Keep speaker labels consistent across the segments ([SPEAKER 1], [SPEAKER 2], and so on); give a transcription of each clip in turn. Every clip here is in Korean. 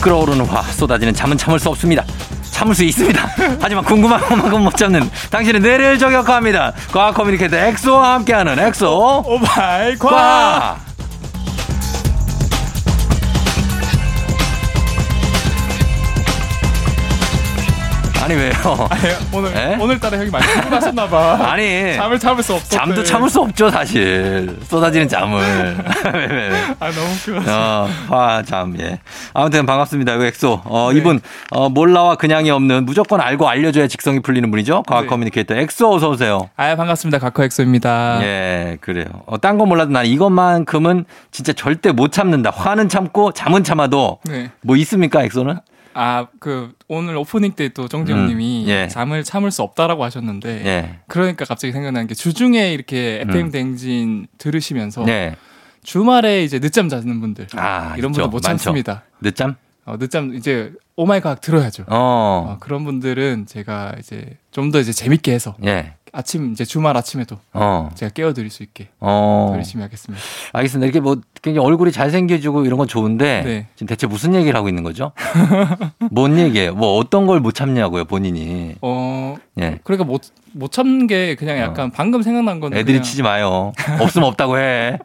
[SPEAKER 1] 끓어오르는 화 쏟아지는 잠은 참을 수 없습니다. 참을 수 있습니다. 하지만 궁금한 것만큼 못 참는 당신의 뇌를 저격합니다. 과학 커뮤니케이터 엑소와 함께하는 엑소
[SPEAKER 2] 오발과
[SPEAKER 1] 과. 아니 왜요?
[SPEAKER 2] 네, 오늘
[SPEAKER 1] 에?
[SPEAKER 2] 오늘따라 형이 많이 피곤하셨나봐.
[SPEAKER 1] 네? 아니
[SPEAKER 2] 잠을 참을 수 없어.
[SPEAKER 1] 잠도 참을 수 없죠 사실 쏟아지는 잠을. 왜, 왜, 왜.
[SPEAKER 2] 아 너무 피곤해.
[SPEAKER 1] 어, 아, 참, 예. 아무튼 반갑습니다. 이거 엑소. 어,
[SPEAKER 2] 네.
[SPEAKER 1] 이분, 어, 몰라와 그냥이 없는 무조건 알고 알려줘야 직성이 풀리는 분이죠. 과학
[SPEAKER 2] 네.
[SPEAKER 1] 커뮤니케이터 엑소 어서오세요.
[SPEAKER 2] 아 반갑습니다. 가커 엑소입니다.
[SPEAKER 1] 예, 그래요. 어, 딴 거 몰라도 난 이것만큼은 진짜 절대 못 참는다. 화는 참고 잠은 참아도
[SPEAKER 2] 네.
[SPEAKER 1] 뭐 있습니까, 엑소는?
[SPEAKER 2] 아 그 오늘 오프닝 때 또 정재영
[SPEAKER 1] 음,
[SPEAKER 2] 님이
[SPEAKER 1] 예.
[SPEAKER 2] 잠을 참을 수 없다라고 하셨는데
[SPEAKER 1] 예.
[SPEAKER 2] 그러니까 갑자기 생각나는 게 주중에 이렇게
[SPEAKER 1] 음.
[SPEAKER 2] FM 댕진 들으시면서
[SPEAKER 1] 예.
[SPEAKER 2] 주말에 이제 늦잠 자는 분들
[SPEAKER 1] 아,
[SPEAKER 2] 이런
[SPEAKER 1] 있죠.
[SPEAKER 2] 분들 못
[SPEAKER 1] 많죠.
[SPEAKER 2] 참습니다.
[SPEAKER 1] 늦잠?
[SPEAKER 2] 어, 늦잠 이제 오마이 과학 들어야죠.
[SPEAKER 1] 어.
[SPEAKER 2] 어, 그런 분들은 제가 이제 좀 더 이제 재밌게 해서
[SPEAKER 1] 예.
[SPEAKER 2] 아침 이제 주말 아침에도
[SPEAKER 1] 어.
[SPEAKER 2] 제가 깨워드릴 수 있게 더
[SPEAKER 1] 어.
[SPEAKER 2] 열심히 하겠습니다.
[SPEAKER 1] 알겠습니다. 이렇게 뭐 굉장히 얼굴이 잘생겨지고 이런 건 좋은데
[SPEAKER 2] 네.
[SPEAKER 1] 지금 대체 무슨 얘기를 하고 있는 거죠? 뭔 얘기예요? 뭐 어떤 걸 못 참냐고요, 본인이.
[SPEAKER 2] 어
[SPEAKER 1] 예.
[SPEAKER 2] 그러니까 못 못 참는 게 그냥 약간 방금 생각난 건데
[SPEAKER 1] 어. 애들이
[SPEAKER 2] 그냥
[SPEAKER 1] 치지 마요. 없으면 없다고 해.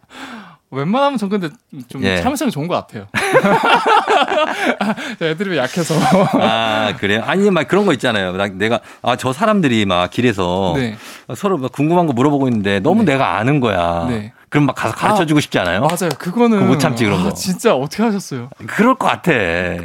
[SPEAKER 2] 웬만하면 전 근데 좀
[SPEAKER 1] 예.
[SPEAKER 2] 참을성이 좋은 것 같아요. 애들이 약해서
[SPEAKER 1] 아, 그래요? 아니, 막 그런 거 있잖아요. 나- 내가, 아, 저 사람들이 막 길에서
[SPEAKER 2] 네
[SPEAKER 1] 서로 막 궁금한 거 물어보고 있는데 너무
[SPEAKER 2] 네.
[SPEAKER 1] 내가 아는 거야.
[SPEAKER 2] 네.
[SPEAKER 1] 그럼 막 가서 가르쳐 주고 싶지 않아요?
[SPEAKER 2] 맞아요. 그거는
[SPEAKER 1] 그거 못 참지, 그런
[SPEAKER 2] 아,
[SPEAKER 1] 거.
[SPEAKER 2] 진짜 어떻게 하셨어요?
[SPEAKER 1] 그럴 것 같아.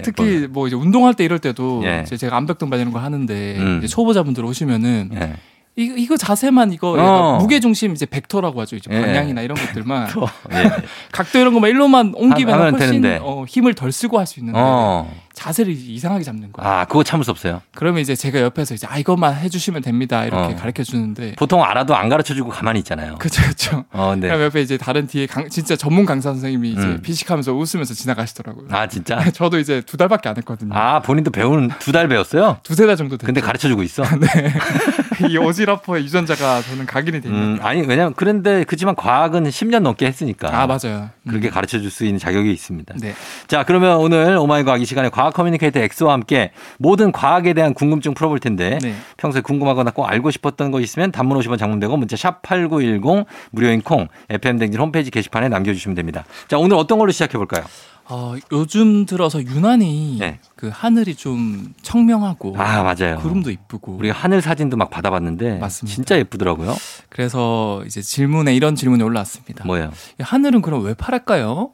[SPEAKER 2] 특히 뭐 이제 운동할 때 이럴 때도
[SPEAKER 1] 예.
[SPEAKER 2] 이제 제가 암벽등반 이런 거 하는데
[SPEAKER 1] 음.
[SPEAKER 2] 이제 초보자분들 오시면은
[SPEAKER 1] 예.
[SPEAKER 2] 이거, 이거 자세만 이거
[SPEAKER 1] 어.
[SPEAKER 2] 약간 무게중심 이제 벡터라고 하죠. 이제
[SPEAKER 1] 예.
[SPEAKER 2] 방향이나 이런 것들만
[SPEAKER 1] 또, 예.
[SPEAKER 2] 각도 이런 거만 일로만 옮기면
[SPEAKER 1] 아, 하면
[SPEAKER 2] 훨씬
[SPEAKER 1] 되는데.
[SPEAKER 2] 어, 힘을 덜 쓰고 할 수 있는데
[SPEAKER 1] 어.
[SPEAKER 2] 자세를 이상하게 잡는 거예요.
[SPEAKER 1] 아, 그거 참을 수 없어요.
[SPEAKER 2] 그러면 이제 제가 옆에서 이제 아 이것만 해주시면 됩니다 이렇게
[SPEAKER 1] 어.
[SPEAKER 2] 가르쳐 주는데
[SPEAKER 1] 보통 알아도 안 가르쳐 주고 가만히 있잖아요.
[SPEAKER 2] 그쵸 아, 그쵸.
[SPEAKER 1] 어, 네.
[SPEAKER 2] 그럼 옆에 이제 다른 뒤에 강, 진짜 전문 강사 선생님이 이제
[SPEAKER 1] 음.
[SPEAKER 2] 피식하면서 웃으면서 지나가시더라고요.
[SPEAKER 1] 아 진짜?
[SPEAKER 2] 저도 이제 두 달밖에 안 했거든요.
[SPEAKER 1] 아 본인도 배우는 두 달 배웠어요?
[SPEAKER 2] 두세 달 정도 됐는데
[SPEAKER 1] 근데 가르쳐 주고 있어.
[SPEAKER 2] 네. 이 오지라퍼의 유전자가 저는 각인이 돼 있는.
[SPEAKER 1] 음, 아니 왜냐면 그런데 그지만 과학은 10년 넘게 했으니까.
[SPEAKER 2] 아 맞아요. 음.
[SPEAKER 1] 그렇게 가르쳐 줄 수 있는 자격이 있습니다.
[SPEAKER 2] 네.
[SPEAKER 1] 자, 그러면 오늘 오마이 과학 이 시간에 과학 커뮤니케이터 엑소와 함께 모든 과학에 대한 궁금증 풀어볼 텐데
[SPEAKER 2] 네.
[SPEAKER 1] 평소에 궁금하거나 꼭 알고 싶었던 거 있으면 단문 50원 장문되고 문자 샵8910 무료인 콩 FM댕진 홈페이지 게시판에 남겨주시면 됩니다. 자, 오늘 어떤 걸로 시작해 볼까요?
[SPEAKER 2] 어, 요즘 들어서 유난히
[SPEAKER 1] 네.
[SPEAKER 2] 그 하늘이 좀 청명하고
[SPEAKER 1] 아, 맞아요.
[SPEAKER 2] 구름도 이쁘고
[SPEAKER 1] 우리가 하늘 사진도 막 받아봤는데
[SPEAKER 2] 맞습니다.
[SPEAKER 1] 진짜 예쁘더라고요.
[SPEAKER 2] 그래서 이제 질문에 이런 질문이 올라왔습니다.
[SPEAKER 1] 뭐예요?
[SPEAKER 2] 하늘은 그럼 왜 파랄까요?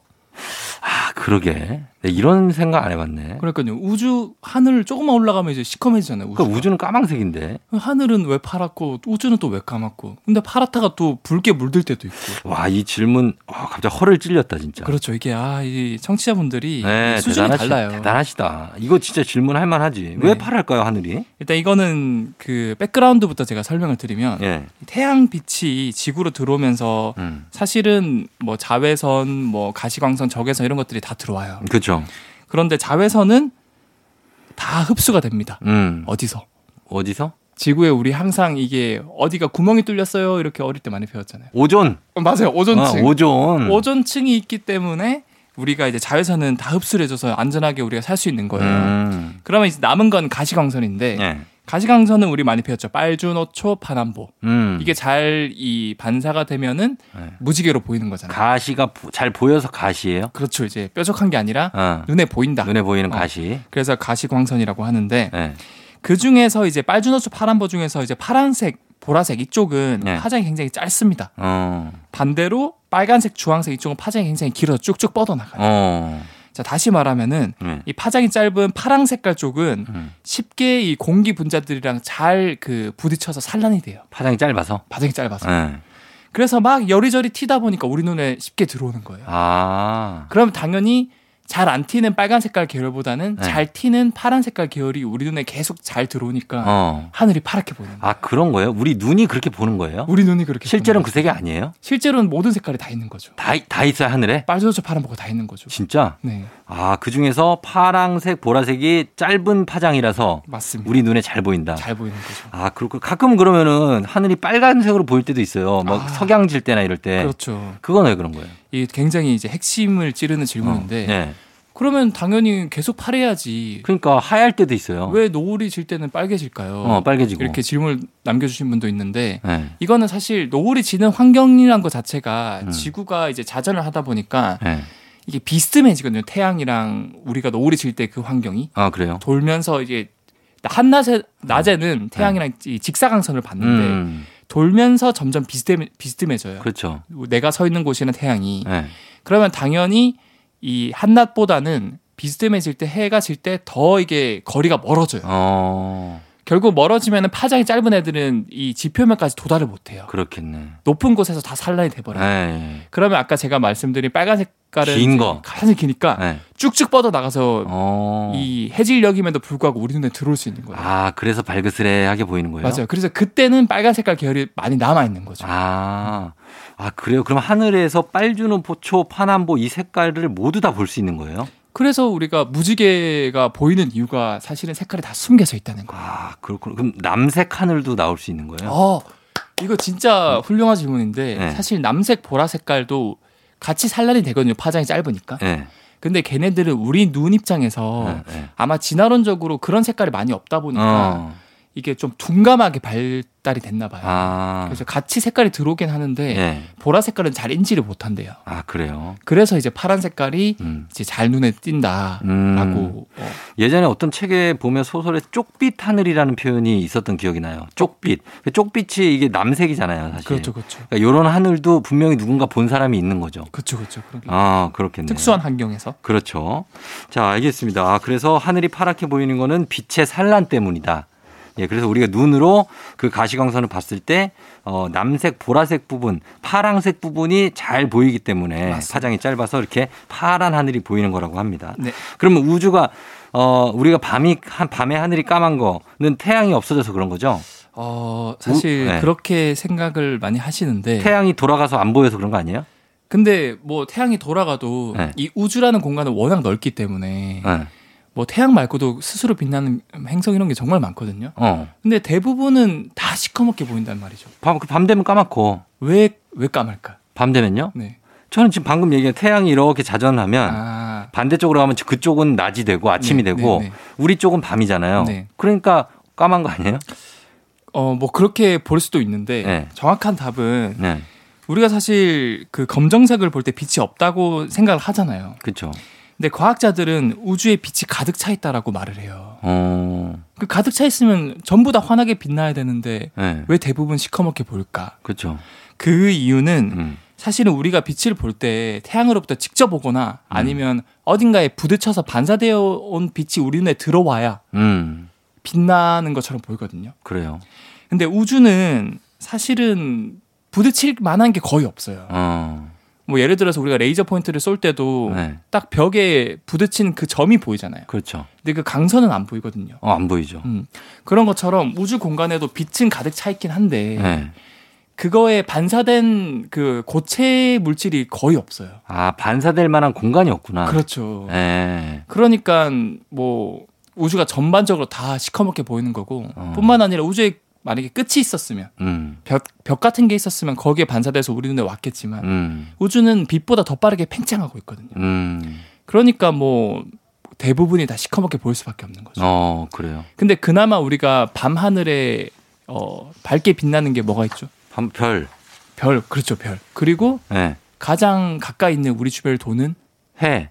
[SPEAKER 1] 아, 그러게. 네, 이런 생각 안 해봤네.
[SPEAKER 2] 그러니까요. 우주 하늘 조금만 올라가면 이제 시커매지잖아요.
[SPEAKER 1] 그
[SPEAKER 2] 우주.
[SPEAKER 1] 우주는 까망색인데.
[SPEAKER 2] 하늘은 왜 파랗고 우주는 또 왜 까맣고. 근데 파랗다가 또 붉게 물들 때도 있고.
[SPEAKER 1] 와, 이 질문, 아, 갑자기 허를 찔렸다, 진짜.
[SPEAKER 2] 그렇죠. 이게 아, 이 청취자분들이
[SPEAKER 1] 네,
[SPEAKER 2] 수준이
[SPEAKER 1] 대단하시-
[SPEAKER 2] 달라요.
[SPEAKER 1] 대단하시다. 이거 진짜 질문할 만하지.
[SPEAKER 2] 네.
[SPEAKER 1] 왜 파랄까요, 하늘이?
[SPEAKER 2] 일단 이거는 그 백그라운드부터 제가 설명을 드리면
[SPEAKER 1] 예.
[SPEAKER 2] 태양 빛이 지구로 들어오면서
[SPEAKER 1] 음.
[SPEAKER 2] 사실은 뭐 자외선, 뭐 가시광선, 적외선 이런 것들이 다 들어와요.
[SPEAKER 1] 음, 그죠.
[SPEAKER 2] 그런데 자외선은 다 흡수가 됩니다.
[SPEAKER 1] 음.
[SPEAKER 2] 어디서?
[SPEAKER 1] 어디서?
[SPEAKER 2] 지구에 우리 항상 이게 어디가 구멍이 뚫렸어요 이렇게 어릴 때 많이 배웠잖아요.
[SPEAKER 1] 오존.
[SPEAKER 2] 어, 맞아요 오존층.
[SPEAKER 1] 어, 오존.
[SPEAKER 2] 오존층이 있기 때문에 우리가 이제 자외선은 다 흡수를 해줘서 안전하게 우리가 살 수 있는 거예요. 네.
[SPEAKER 1] 음.
[SPEAKER 2] 그러면 이제 남은 건 가시광선인데
[SPEAKER 1] 예.
[SPEAKER 2] 가시광선은 우리 많이 배웠죠. 빨주노초 파남보
[SPEAKER 1] 음.
[SPEAKER 2] 이게 잘 이 반사가 되면은
[SPEAKER 1] 네.
[SPEAKER 2] 무지개로 보이는 거잖아요.
[SPEAKER 1] 가시가 보- 잘 보여서 가시예요?
[SPEAKER 2] 그렇죠 이제 뾰족한 게 아니라
[SPEAKER 1] 어.
[SPEAKER 2] 눈에 보인다.
[SPEAKER 1] 눈에 보이는
[SPEAKER 2] 어.
[SPEAKER 1] 가시.
[SPEAKER 2] 그래서 가시광선이라고 하는데
[SPEAKER 1] 예.
[SPEAKER 2] 그 중에서 이제 빨주노초 파남보 중에서 이제 파란색 보라색 이쪽은
[SPEAKER 1] 네.
[SPEAKER 2] 파장이 굉장히 짧습니다.
[SPEAKER 1] 어.
[SPEAKER 2] 반대로 빨간색, 주황색 이쪽은 파장이 굉장히 길어서 쭉쭉 뻗어나가요.
[SPEAKER 1] 어.
[SPEAKER 2] 자, 다시 말하면은
[SPEAKER 1] 예.
[SPEAKER 2] 이 파장이 짧은 파랑 색깔 쪽은
[SPEAKER 1] 음.
[SPEAKER 2] 쉽게 이 공기 분자들이랑 잘 그 부딪혀서 산란이 돼요.
[SPEAKER 1] 파장이 짧아서.
[SPEAKER 2] 파장이 짧아서.
[SPEAKER 1] 예.
[SPEAKER 2] 그래서 막 여리저리 튀다 보니까 우리 눈에 쉽게 들어오는 거예요.
[SPEAKER 1] 아.
[SPEAKER 2] 그럼 당연히 잘 안 튀는 빨간 색깔 계열보다는
[SPEAKER 1] 네.
[SPEAKER 2] 잘 튀는 파란 색깔 계열이 우리 눈에 계속 잘 들어오니까
[SPEAKER 1] 어.
[SPEAKER 2] 하늘이 파랗게 보이는 거예요.
[SPEAKER 1] 아 그런 거예요? 우리 눈이 그렇게 보는 거예요?
[SPEAKER 2] 우리 눈이 그렇게
[SPEAKER 1] 어. 실제로는
[SPEAKER 2] 보는
[SPEAKER 1] 그 색이 아니에요?
[SPEAKER 2] 거예요. 실제로는 모든 색깔이 다 있는 거죠.
[SPEAKER 1] 다, 다 있어요 하늘에?
[SPEAKER 2] 빨주노초 파란보가 다 있는 거죠.
[SPEAKER 1] 진짜?
[SPEAKER 2] 네.
[SPEAKER 1] 아그 중에서 파랑색 보라색이 짧은 파장이라서
[SPEAKER 2] 맞습니다.
[SPEAKER 1] 우리 눈에 잘 보인다.
[SPEAKER 2] 잘 보이는 거죠.
[SPEAKER 1] 아 그렇고 가끔 그러면은 하늘이 빨간색으로 보일 때도 있어요. 막
[SPEAKER 2] 아.
[SPEAKER 1] 석양 질 때나 이럴 때.
[SPEAKER 2] 그렇죠.
[SPEAKER 1] 그건 왜 그런 거예요?
[SPEAKER 2] 이 굉장히 이제 핵심을 찌르는
[SPEAKER 1] 어,
[SPEAKER 2] 질문인데
[SPEAKER 1] 네.
[SPEAKER 2] 그러면 당연히 계속 파래야지.
[SPEAKER 1] 그러니까 하얄 때도 있어요.
[SPEAKER 2] 왜 노을이 질 때는 빨개질까요?
[SPEAKER 1] 어, 빨개지고.
[SPEAKER 2] 이렇게 질문을 남겨주신 분도 있는데
[SPEAKER 1] 예.
[SPEAKER 2] 이거는 사실 노을이 지는 환경이란 것 자체가
[SPEAKER 1] 음.
[SPEAKER 2] 지구가 이제 자전을 하다 보니까
[SPEAKER 1] 예.
[SPEAKER 2] 이게 비스듬해지거든요. 태양이랑 우리가 노을이 질 때 그 환경이
[SPEAKER 1] 아, 그래요?
[SPEAKER 2] 돌면서 이게 한낮에 낮에는 태양이랑 이 직사광선을 받는데
[SPEAKER 1] 음.
[SPEAKER 2] 돌면서 점점 비스듬해, 비스듬해져요.
[SPEAKER 1] 그렇죠.
[SPEAKER 2] 내가 서 있는 곳이랑 태양이
[SPEAKER 1] 예.
[SPEAKER 2] 그러면 당연히 이 한낮보다는 비스듬해질 때 해가 질 때 더 이게 거리가 멀어져요.
[SPEAKER 1] 어.
[SPEAKER 2] 결국 멀어지면 파장이 짧은 애들은 이 지표면까지 도달을 못해요.
[SPEAKER 1] 그렇겠네.
[SPEAKER 2] 높은 곳에서 다 산란이 돼버려요.
[SPEAKER 1] 예.
[SPEAKER 2] 그러면 아까 제가 말씀드린 빨간 색깔은
[SPEAKER 1] 긴
[SPEAKER 2] 이제
[SPEAKER 1] 거.
[SPEAKER 2] 가장 기니까
[SPEAKER 1] 예.
[SPEAKER 2] 쭉쭉 뻗어 나가서
[SPEAKER 1] 어.
[SPEAKER 2] 이 해질녘임에도 불구하고 우리 눈에 들어올 수 있는 거예요.
[SPEAKER 1] 아, 그래서 발그스레하게 보이는 거예요?
[SPEAKER 2] 맞아요. 그래서 그때는 빨간 색깔 계열이 많이 남아 있는 거죠.
[SPEAKER 1] 아, 아 그래요. 그럼 하늘에서 빨주는 포초, 파남보 이 색깔을 모두 다 볼 수 있는 거예요?
[SPEAKER 2] 그래서 우리가 무지개가 보이는 이유가 사실은 색깔이 다 숨겨져 있다는 거예요.
[SPEAKER 1] 아 그렇군요. 그럼 남색 하늘도 나올 수 있는 거예요?
[SPEAKER 2] 어, 이거 진짜 훌륭한 질문인데
[SPEAKER 1] 네.
[SPEAKER 2] 사실 남색, 보라 색깔도 같이 산란이 되거든요. 파장이 짧으니까.
[SPEAKER 1] 예.
[SPEAKER 2] 근데 걔네들은 우리 눈 입장에서
[SPEAKER 1] 예, 예.
[SPEAKER 2] 아마 진화론적으로 그런 색깔이 많이 없다 보니까
[SPEAKER 1] 어.
[SPEAKER 2] 이게 좀 둔감하게 발달이 됐나 봐요.
[SPEAKER 1] 아,
[SPEAKER 2] 그래서 같이 색깔이 들어오긴 하는데
[SPEAKER 1] 예.
[SPEAKER 2] 보라 색깔은 잘 인지를 못한대요.
[SPEAKER 1] 아 그래요.
[SPEAKER 2] 그래서 이제 파란 색깔이
[SPEAKER 1] 음.
[SPEAKER 2] 이제 잘 눈에 띈다라고
[SPEAKER 1] 음. 예전에 어떤 책에 보면 소설에 쪽빛 하늘이라는 표현이 있었던 기억이 나요. 쪽빛. 그 쪽빛이 이게 남색이잖아요, 사실.
[SPEAKER 2] 그렇죠, 그렇죠,
[SPEAKER 1] 그러니까 이런 하늘도 분명히 누군가 본 사람이 있는 거죠.
[SPEAKER 2] 그렇죠, 그렇죠. 그런 게
[SPEAKER 1] 아, 그렇겠네요.
[SPEAKER 2] 특수한 환경에서
[SPEAKER 1] 그렇죠. 자, 알겠습니다. 아, 그래서 하늘이 파랗게 보이는 거는 빛의 산란 때문이다. 예, 그래서 우리가 눈으로 그 가시광선을 봤을 때, 어, 남색, 보라색 부분, 파랑색 부분이 잘 보이기 때문에
[SPEAKER 2] 맞습니다.
[SPEAKER 1] 파장이 짧아서 이렇게 파란 하늘이 보이는 거라고 합니다.
[SPEAKER 2] 네.
[SPEAKER 1] 그러면 우주가, 어, 우리가 밤이, 한- 밤에 하늘이 까만 거는 태양이 없어져서 그런 거죠?
[SPEAKER 2] 어, 사실
[SPEAKER 1] 우- 네.
[SPEAKER 2] 그렇게 생각을 많이 하시는데
[SPEAKER 1] 태양이 돌아가서 안 보여서 그런 거 아니에요?
[SPEAKER 2] 근데 뭐 태양이 돌아가도
[SPEAKER 1] 네.
[SPEAKER 2] 이 우주라는 공간은 워낙 넓기 때문에
[SPEAKER 1] 네.
[SPEAKER 2] 뭐 태양 말고도 스스로 빛나는 행성 이런 게 정말 많거든요.
[SPEAKER 1] 어.
[SPEAKER 2] 근데 대부분은 다 시커멓게 보인단 말이죠.
[SPEAKER 1] 밤, 그밤 되면 까맣고,
[SPEAKER 2] 왜 왜 까말까?
[SPEAKER 1] 밤 되면요?
[SPEAKER 2] 네.
[SPEAKER 1] 저는 지금 방금 얘기한 태양이 이렇게 자전하면
[SPEAKER 2] 아.
[SPEAKER 1] 반대쪽으로 가면 그쪽은 낮이 되고 아침이
[SPEAKER 2] 네,
[SPEAKER 1] 되고
[SPEAKER 2] 네, 네.
[SPEAKER 1] 우리 쪽은 밤이잖아요.
[SPEAKER 2] 네.
[SPEAKER 1] 그러니까 까만 거 아니에요?
[SPEAKER 2] 어, 뭐 그렇게 볼 수도 있는데
[SPEAKER 1] 네.
[SPEAKER 2] 정확한 답은
[SPEAKER 1] 네,
[SPEAKER 2] 우리가 사실 그 검정색을 볼 때 빛이 없다고 생각을 하잖아요.
[SPEAKER 1] 그렇죠.
[SPEAKER 2] 근데 과학자들은 우주에 빛이 가득 차 있다라고 말을 해요.
[SPEAKER 1] 어,
[SPEAKER 2] 그 가득 차 있으면 전부 다 환하게 빛나야 되는데
[SPEAKER 1] 네,
[SPEAKER 2] 왜 대부분 시커멓게 보일까?
[SPEAKER 1] 그렇죠.
[SPEAKER 2] 그 이유는
[SPEAKER 1] 음,
[SPEAKER 2] 사실은 우리가 빛을 볼 때 태양으로부터 직접 오거나 아니면 어딘가에 부딪혀서 반사되어 온 빛이 우리 눈에 들어와야
[SPEAKER 1] 음,
[SPEAKER 2] 빛나는 것처럼 보이거든요.
[SPEAKER 1] 그래요.
[SPEAKER 2] 근데 우주는 사실은 부딪힐 만한 게 거의 없어요.
[SPEAKER 1] 어,
[SPEAKER 2] 뭐 예를 들어서 우리가 레이저 포인트를 쏠 때도
[SPEAKER 1] 네,
[SPEAKER 2] 딱 벽에 부딪힌 그 점이 보이잖아요.
[SPEAKER 1] 그렇죠.
[SPEAKER 2] 근데 그 강선은 안 보이거든요.
[SPEAKER 1] 어, 안 보이죠.
[SPEAKER 2] 음, 그런 것처럼 우주 공간에도 빛은 가득 차 있긴 한데
[SPEAKER 1] 네.
[SPEAKER 2] 그거에 반사된 그 고체 물질이 거의 없어요.
[SPEAKER 1] 아, 반사될 만한 공간이 없구나.
[SPEAKER 2] 그렇죠.
[SPEAKER 1] 아. 네.
[SPEAKER 2] 그러니까 뭐 우주가 전반적으로 다 시커멓게 보이는 거고
[SPEAKER 1] 어.
[SPEAKER 2] 뿐만 아니라 우주에 만약에 끝이 있었으면
[SPEAKER 1] 음,
[SPEAKER 2] 벽, 벽 같은 게 있었으면 거기에 반사돼서 우리 눈에 왔겠지만
[SPEAKER 1] 음,
[SPEAKER 2] 우주는 빛보다 더 빠르게 팽창하고 있거든요.
[SPEAKER 1] 음,
[SPEAKER 2] 그러니까 뭐 대부분이 다 시커멓게 보일 수밖에 없는 거죠.
[SPEAKER 1] 어, 그래요.
[SPEAKER 2] 근데 그나마 우리가 밤 하늘에 어, 밝게 빛나는 게 뭐가 있죠?
[SPEAKER 1] 밤, 별,
[SPEAKER 2] 별, 그렇죠, 별. 그리고
[SPEAKER 1] 네.
[SPEAKER 2] 가장 가까이 있는 우리 주변을 도는
[SPEAKER 1] 해,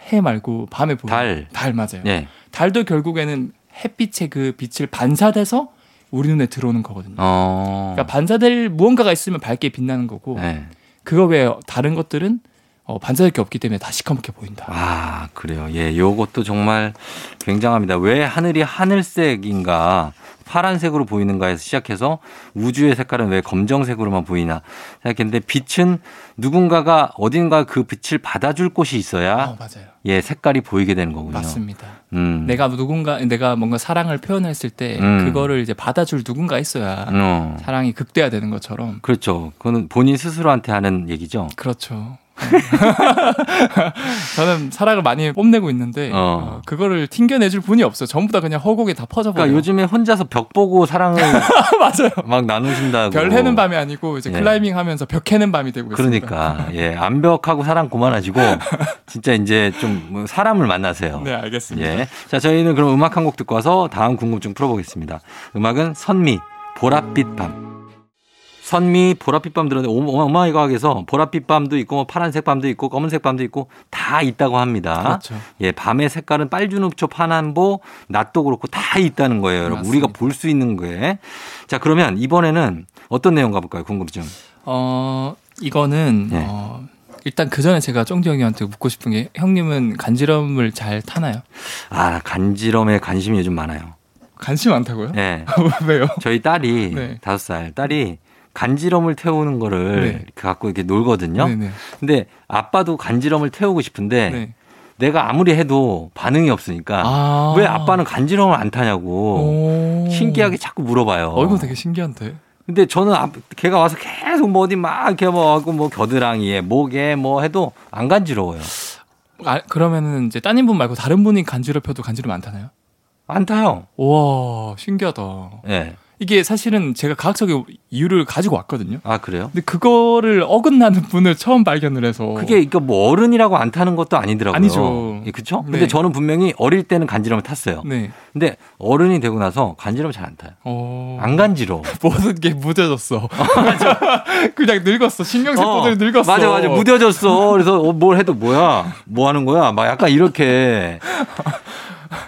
[SPEAKER 2] 해 말고 밤에 보는
[SPEAKER 1] 달.
[SPEAKER 2] 달 맞아요.
[SPEAKER 1] 예,
[SPEAKER 2] 달도 결국에는 햇빛의 그 빛을 반사돼서 우리 눈에 들어오는 거거든요.
[SPEAKER 1] 어,
[SPEAKER 2] 그러니까 반사될 무언가가 있으면 밝게 빛나는 거고
[SPEAKER 1] 네.
[SPEAKER 2] 그거 외에 다른 것들은 어, 반사될 게 없기 때문에 다 시커멓게 보인다.
[SPEAKER 1] 아, 그래요. 예, 요것도 정말 굉장합니다. 왜 하늘이 하늘색인가, 파란색으로 보이는가에서 시작해서 우주의 색깔은 왜 검정색으로만 보이나 생각했는데 빛은 누군가가 어딘가 그 빛을 받아줄 곳이 있어야
[SPEAKER 2] 어, 맞아요.
[SPEAKER 1] 예, 색깔이 보이게 되는 거군요.
[SPEAKER 2] 맞습니다.
[SPEAKER 1] 음.
[SPEAKER 2] 내가 누군가 내가 뭔가 사랑을 표현했을 때
[SPEAKER 1] 음.
[SPEAKER 2] 그거를 이제 받아줄 누군가 있어야
[SPEAKER 1] 어,
[SPEAKER 2] 사랑이 극대화되는 것처럼
[SPEAKER 1] 그렇죠. 그거는 본인 스스로한테 하는 얘기죠.
[SPEAKER 2] 그렇죠. 저는 사랑을 많이 뽐내고 있는데
[SPEAKER 1] 어.
[SPEAKER 2] 어, 그거를 튕겨내줄 분이 없어. 전부 다 그냥 허곡에 다 퍼져버려.
[SPEAKER 1] 그러니까 요즘에 혼자서 벽 보고 사랑을
[SPEAKER 2] 맞아요.
[SPEAKER 1] 막 나누신다고.
[SPEAKER 2] 별 해는 밤이 아니고 이제
[SPEAKER 1] 어. 예.
[SPEAKER 2] 클라이밍 하면서 벽 해는 밤이 되고 있습니다.
[SPEAKER 1] 그러니까 예 암벽하고 사랑 그만하시고 진짜 이제 좀뭐 사람을 만나세요.
[SPEAKER 2] 네, 알겠습니다.
[SPEAKER 1] 예. 자 저희는 그럼 음악 한 곡 듣고 와서 다음 궁금증 풀어보겠습니다. 음악은 선미 보랏빛 밤. 선미 보랏빛 밤 들었는데 오마- 어, 오마이갓에서 보랏빛 밤도 있고 뭐 파란색 밤도 있고 검은색 밤도 있고 다 있다고 합니다.
[SPEAKER 2] 그렇죠.
[SPEAKER 1] 예, 밤의 색깔은 빨주노초, 파남보, 낮도 그렇고 다 있다는 거예요, 여러분. 우리가
[SPEAKER 2] 맞습니다.
[SPEAKER 1] 볼 수 있는 거에. 자, 그러면 이번에는 어떤 내용 가볼까요? 궁금증.
[SPEAKER 2] 어, 이거는
[SPEAKER 1] 예.
[SPEAKER 2] 어, 일단 그 전에 제가 쫑디 형님한테 묻고 싶은 게 형님은 간지럼을 잘 타나요?
[SPEAKER 1] 아, 간지럼에 관심이 요즘 많아요.
[SPEAKER 2] 관심 많다고요?
[SPEAKER 1] 예.
[SPEAKER 2] 왜요?
[SPEAKER 1] 저희 딸이
[SPEAKER 2] 네.
[SPEAKER 1] 다섯 살 딸이 간지럼을 태우는 거를
[SPEAKER 2] 네.
[SPEAKER 1] 이렇게 갖고 이렇게 놀거든요. 예.
[SPEAKER 2] 네네.
[SPEAKER 1] 근데 아빠도 간지럼을 태우고 싶은데
[SPEAKER 2] 네.
[SPEAKER 1] 내가 아무리 해도 반응이 없으니까
[SPEAKER 2] 아.
[SPEAKER 1] 왜 아빠는 간지럼을 안 타냐고
[SPEAKER 2] 오.
[SPEAKER 1] 신기하게 자꾸 물어봐요.
[SPEAKER 2] 얼굴 되게 신기한데.
[SPEAKER 1] 근데 저는 앞- 걔가 와서 계속 뭐 어디 막 이렇게 뭐 하고 뭐 겨드랑이에 목에 뭐 해도 안 간지러워요.
[SPEAKER 2] 아, 그러면은 이제 따님 분 말고 다른 분이 간지럽혀도 간지럼 안 타나요?
[SPEAKER 1] 안 타요.
[SPEAKER 2] 와 신기하다.
[SPEAKER 1] 예.
[SPEAKER 2] 이게 사실은 제가 과학적인 이유를 가지고 왔거든요.
[SPEAKER 1] 아 그래요?
[SPEAKER 2] 근데 그거를 어긋나는 분을 처음 발견을 해서
[SPEAKER 1] 그게 이거 뭐 어른이라고 안 타는 것도 아니더라고요.
[SPEAKER 2] 아니죠.
[SPEAKER 1] 예, 그쵸?
[SPEAKER 2] 네.
[SPEAKER 1] 근데 저는 분명히 어릴 때는 간지럼을 탔어요.
[SPEAKER 2] 네.
[SPEAKER 1] 근데 어른이 되고 나서 간지럼 잘 안 타요.
[SPEAKER 2] 어.
[SPEAKER 1] 안 간지러워.
[SPEAKER 2] 모든 게 무뎌졌어. 그냥 늙었어. 신경세포들이
[SPEAKER 1] 어,
[SPEAKER 2] 늙었어.
[SPEAKER 1] 맞아, 맞아. 무뎌졌어. 그래서 어, 뭘 해도 뭐야? 뭐 하는 거야? 막 약간 이렇게.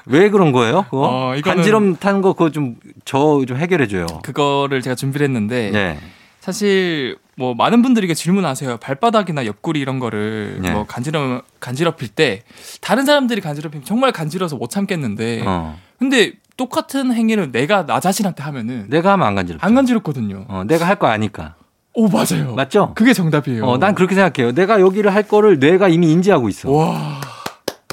[SPEAKER 1] 왜 그런 거예요? 그거?
[SPEAKER 2] 어, 이거는-
[SPEAKER 1] 간지럼 타는 거 그거 좀, 저 좀 해결해줘요.
[SPEAKER 2] 그거를 제가 준비를 했는데
[SPEAKER 1] 네.
[SPEAKER 2] 사실 뭐 많은 분들이 이게 질문하세요. 발바닥이나 옆구리 이런 거를
[SPEAKER 1] 네.
[SPEAKER 2] 뭐 간지럼 간지럽힐 때 다른 사람들이 간지럽히면 정말 간지러서 못 참겠는데
[SPEAKER 1] 어.
[SPEAKER 2] 근데 똑같은 행위를 내가 나 자신한테 하면은
[SPEAKER 1] 내가 하면 안 간지럽죠.
[SPEAKER 2] 안 간지럽거든요.
[SPEAKER 1] 어, 내가 할 거 아니까.
[SPEAKER 2] 오 맞아요.
[SPEAKER 1] 맞죠?
[SPEAKER 2] 그게 정답이에요.
[SPEAKER 1] 어, 난 그렇게 생각해요. 내가 여기를 할 거를 뇌가 이미 인지하고 있어.
[SPEAKER 2] 와